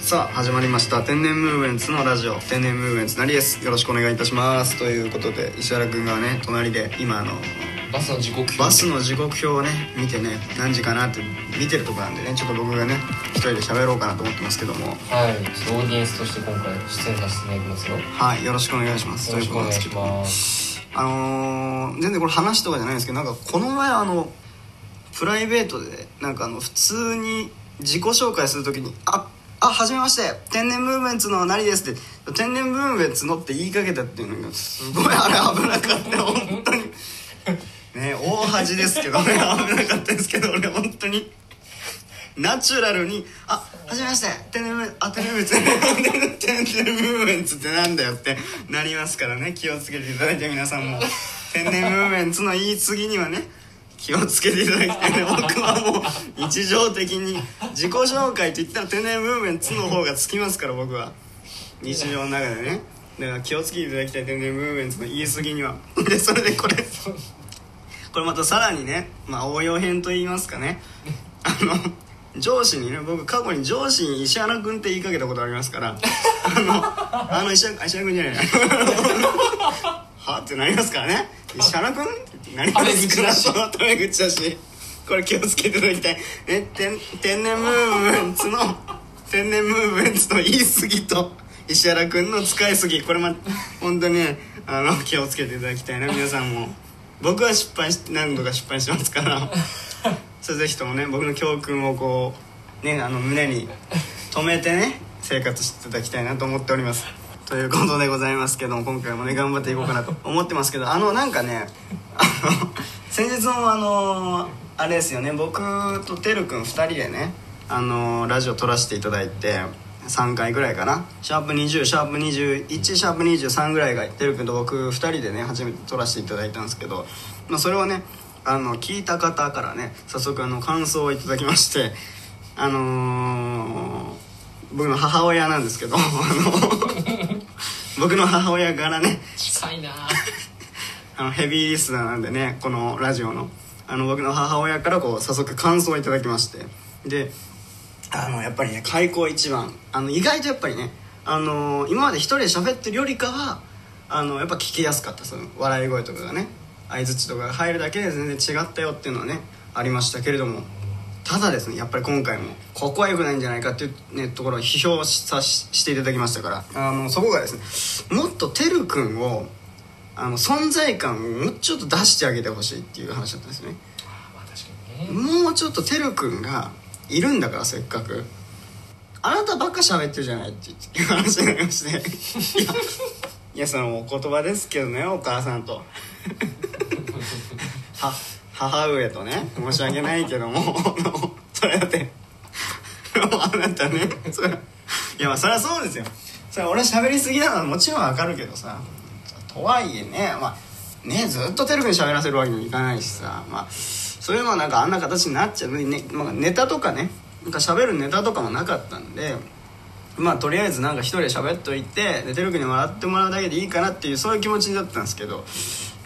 さあ始まりました天然ムーブメンツのラジオ天然ムーブメンツなりですよろしくお願いいたしますということで石原君がね隣で今あのバスの時刻表バスの時刻表をね見てね何時かなって見てるとこなんでねちょっと僕がね一人で喋ろうかなと思ってますけどもはいちょっとオーディエンスとして今回出演させていただきますよよはいよろしくお願いしますろしくお願いしということなんまですすけどあのー全然これ話とかじゃないんですけどなんかこの前あのプライベートでなんかあの普通に自己紹介するときに「ああはじめまして天然ムーブメンツのなりです」って「天然ムーブメンツの」って言いかけたっていうのがすごいあれ危なかった本当にね大恥ですけどね危なかったですけど俺本当にナチュラルに「あはじめまして天然ムーあ天然ムーブメンツ天然ムーブメンツってなんだよ」ってなりますからね気をつけていただいて皆さんも天然ムーブメンツの言い過ぎにはね気をつけていただきたいね僕はもう日常的に自己紹介といったら天然ムーブメンツの方がつきますから僕は日常の中でねだから気をつけていただきたい天然ムーブメンツの言い過ぎにはでそれでこれこれまたさらにね、まあ、応用編と言いますかねあの上司にね僕過去に上司に石原君って言いかけたことありますからあのあの石原石原君じゃない はってなりますからね石原君ってなりますからタメ口だしそうタメ口だしこれ気をつけていただきたい、ね、天天然ムーブメンツの天然ムーブメンツの言い過ぎと石原君の使いすぎこれま本当にねあの気をつけていただきたいな皆さんも僕は失敗し何度か失敗してますからそれぜひともね僕の教訓をこうねあの胸に留めてね生活していただきたいなと思っておりますということでございますけども今回もね頑張っていこうかなと思ってますけどあのなんかねあの 先日もあのあれですよね僕とてるくん2人でねあのラジオ撮らせていただいて3回ぐらいかなシャープ20シャープ21シャープ23ぐらいがてるくんと僕2人でね初めて撮らせていただいたんですけど、まあ、それをねあの聞いた方からね早速あの感想をいただきましてあのー僕の母親なんですけどあ の僕の母親からね近いなぁあのヘビーリスナーなんでねこのラジオのあの僕の母親からこう早速感想をいただきましてであのやっぱりね開口一番あの意外とやっぱりねあの今まで一人で喋ってるよりかはあのやっぱ聞きやすかったその笑い声とかがね相づちとかが入るだけで全然違ったよっていうのはねありましたけれどもただですねやっぱり今回もここは良くないんじゃないかっていう、ね、ところを批評さししていただきましたからあのそこがですねもっとてるくんをあの存在感をもうちょっと出してあげてほしいっていう話だったんですねまあ確かにねもうちょっとてるくんがいるんだからせっかくあなたばっか喋ってるじゃないっていう話になりましていやいやそのお言葉ですけどねお母さんと は母上とね申し訳ないけどもあのそれだってもうあなたねそれいやまあそりゃそうですよそれ俺喋りすぎなのはもちろんわかるけどさとはいえねまあねずっとてるくん喋らせるわけにもいかないしさまあそういうのはなんかあんな形になっちゃう、ねまあ、ネタとかねなんか喋るネタとかもなかったんでまあとりあえずなんか一人で喋っといてでてるくんに笑ってもらうだけでいいかなっていうそういう気持ちだったんですけど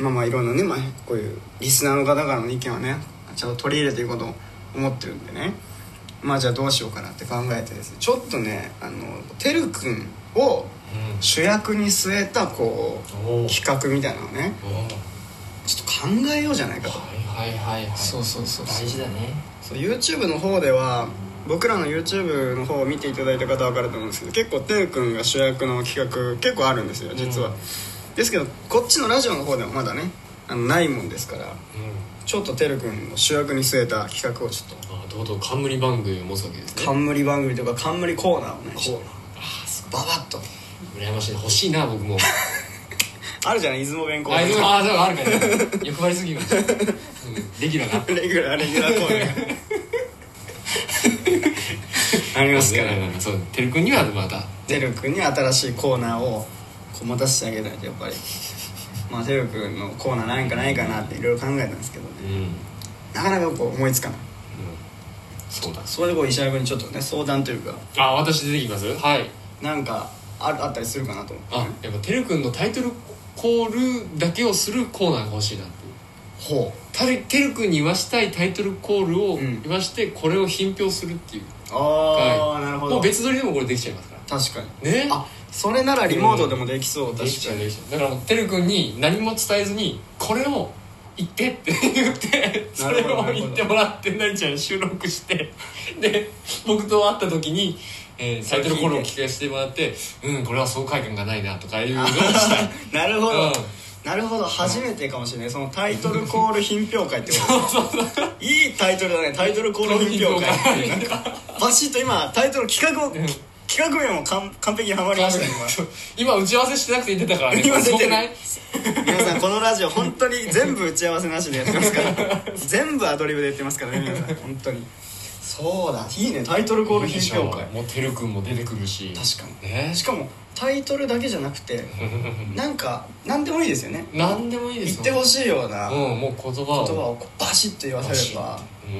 まあまあいろんなね、まあ、こういうリスナーの方からの意見をねちゃんと取り入れていこうと思ってるんでねまあじゃあどうしようかなって考えてですねちょっとねあのてるくんをうん主役に据えたこおうー企画みたいなのをねおーちょっと考えようじゃないかとはいはいはいはいそうそうそうそう大事だねそう YouTube の方では僕らの YouTube の方を見ていただいた方は分かると思うんですけど結構てるくんが主役の企画結構あるんですよ実は、うんですけどこっちのラジオの方ではまだねあのないもんですからうんちょっとてるくんを主役に据えた企画をちょっああとうとう冠番組を持つわけですとね冠番組とか冠コーナーをねコーナーああババッと羨ましい欲しいな僕もあるじゃない出雲弁公あいつああでもあるからね欲張りすぎるからうんできるなレギュラーレギュラーコーナ ーありますからねそうてるくんにはまたてるくんに新しいコーナーをこう持たせてあげないとやっぱりまあてるくんのコーナーなんかないかなっていろいろ考えたんですけどねうんうんなかなかこう思いつかないそうだそれでこう石原君にちょっとね相談というかあ私出てきますはいなんかあるあったりするかなと思ってあやっぱてるくんのタイトルコールだけをするコーナーが欲しいなっていうほたるてるくんに言わしたいタイトルコールをうん言わしてこれを品評するっていう、うああ、なるほどもう別撮りでもこれできちゃいますか確かにらねあそれならリモートでもできそう、で確きちかゃうにできちゃうだからもうてるくんに何も伝えずにこれを言ってって言ってそなるれほどを言ってもらってなりちゃんに収録してで僕と会った時に、えータイトルコールを聞かせてもらって「うんこれは爽快感がないな」とかいうのをしたい なるほど、うんなるほど初めてかもしれないそのタイトルコール品評会ってこと いいタイトルだねタイトルコール品評会ってなんかバシッと今タイトル企画をん企画名も完完璧にはまりましたね今今打ち合わせしてなくて言ってたからね言わせてるすごくない 皆さんこのラジオ本当に全部打ち合わせなしでやってますから 全部アドリブでやってますからね皆さん本当にそうだいいねタイトルコール品評会もうてるくんも出てくるし確かにねにしかもタイトルだけじゃなくてなんか何でもいいですよね何でもいいで言っすてほしいような言うんもう言葉を葉をこうバシッと言わせればう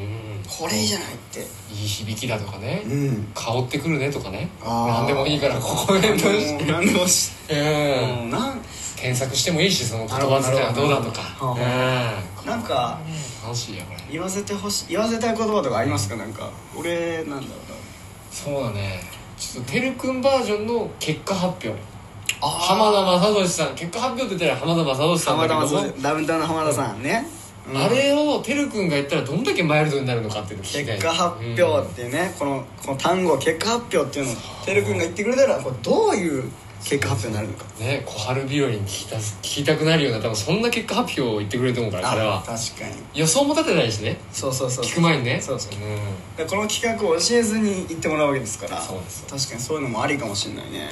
んこれいいじゃないっていい響きだとかね、うん香ってくるねとかねあー何でもいいからここへ通して何でもしうんうんなん検索してもいいしその言葉遣いはどうだとかどなんかうん楽しいやこれ言わせてほしい言わせたい言葉とかありますかなんか俺なんだろうなそうだねちょっとてるくんバージョンの結果発表浜浜田雅俊さん結果発表って言ったら浜田雅俊さんだ浜け田ど雅も俊ダウンタウンの浜田さんね、うんあれをてるくんが言ったらどんだけマイルドになるのかっていうの聞きたい結果発表っていうね、このこの単語結果発表っていうのをてるくんが言ってくれたらこれどういう結果発表になるのかうんね小春日和に聞きた聞きたくなるような多分そんな結果発表を言ってくれると思うからこれあは確かに予想も立てないしねそうそうそう聞く前にねそうそううんでこの企画を教えずに言ってもらうわけですからそうです確かにそういうのもありかもしれないね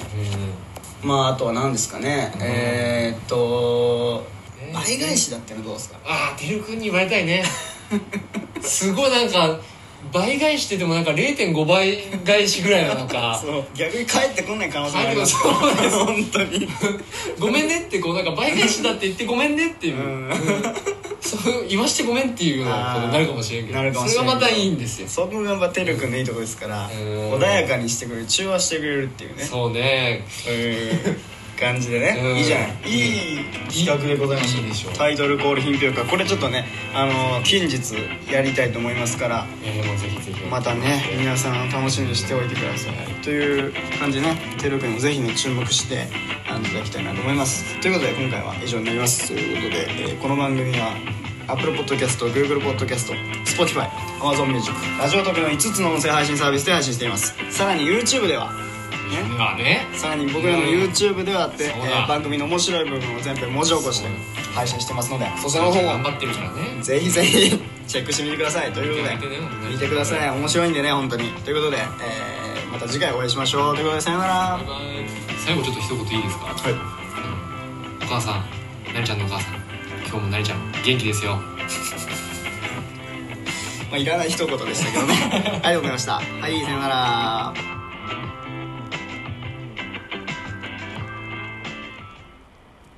うんまああとは何ですかね、うんえー、っとね倍返しだってのどうですかああてるくんに言われたいねすごいなんか倍返しってでもなんか0.5倍返しぐらいなのかそう逆に帰ってこない可能性もあります帰ってこないから本当にごめんねってこうなんか倍返しだって言ってごめんねっていう、うんそう言わしてごめんっていうようなことになるかもしれんけどなるかもしそれれんけどがまたいいんですよそこがばてるくんのいいとこですからうん穏やかにしてくれる中和してくれるっていうねそうねそういう感じでうねんいいじゃないいい企画でございまいいでししょうたタイトルコール品評会これちょっとねあの近日やりたいと思いますからえーもうぜひぜひまたね皆さん楽しみにしておいてくださいという感じでねてるくんもぜひね注目してあのいただきたいなと思いますということで今回は以上になりますということで、えーこの番組は Apple Podcast、Google Podcast、Spotify、Amazon Music、ラジオトークの5つの音声配信サービスで配信していますさらに YouTube ではねまあねさらに僕らの YouTube ではあって、そうだえー番組の面白い部分を全部文字起こして配信してますのでそちらの方頑も張ってるからねぜひぜひチェックしてみてくださいということで見てください面白いんでね本当にということで、えーまた次回お会いしましょうということでさよならバイバイ最後ちょっと一言いいですかはいお母さんなりちゃんのお母さん今日もなりちゃん元気ですよ まあ、いらない一言でしたけどねありがとうございましたはいさよなら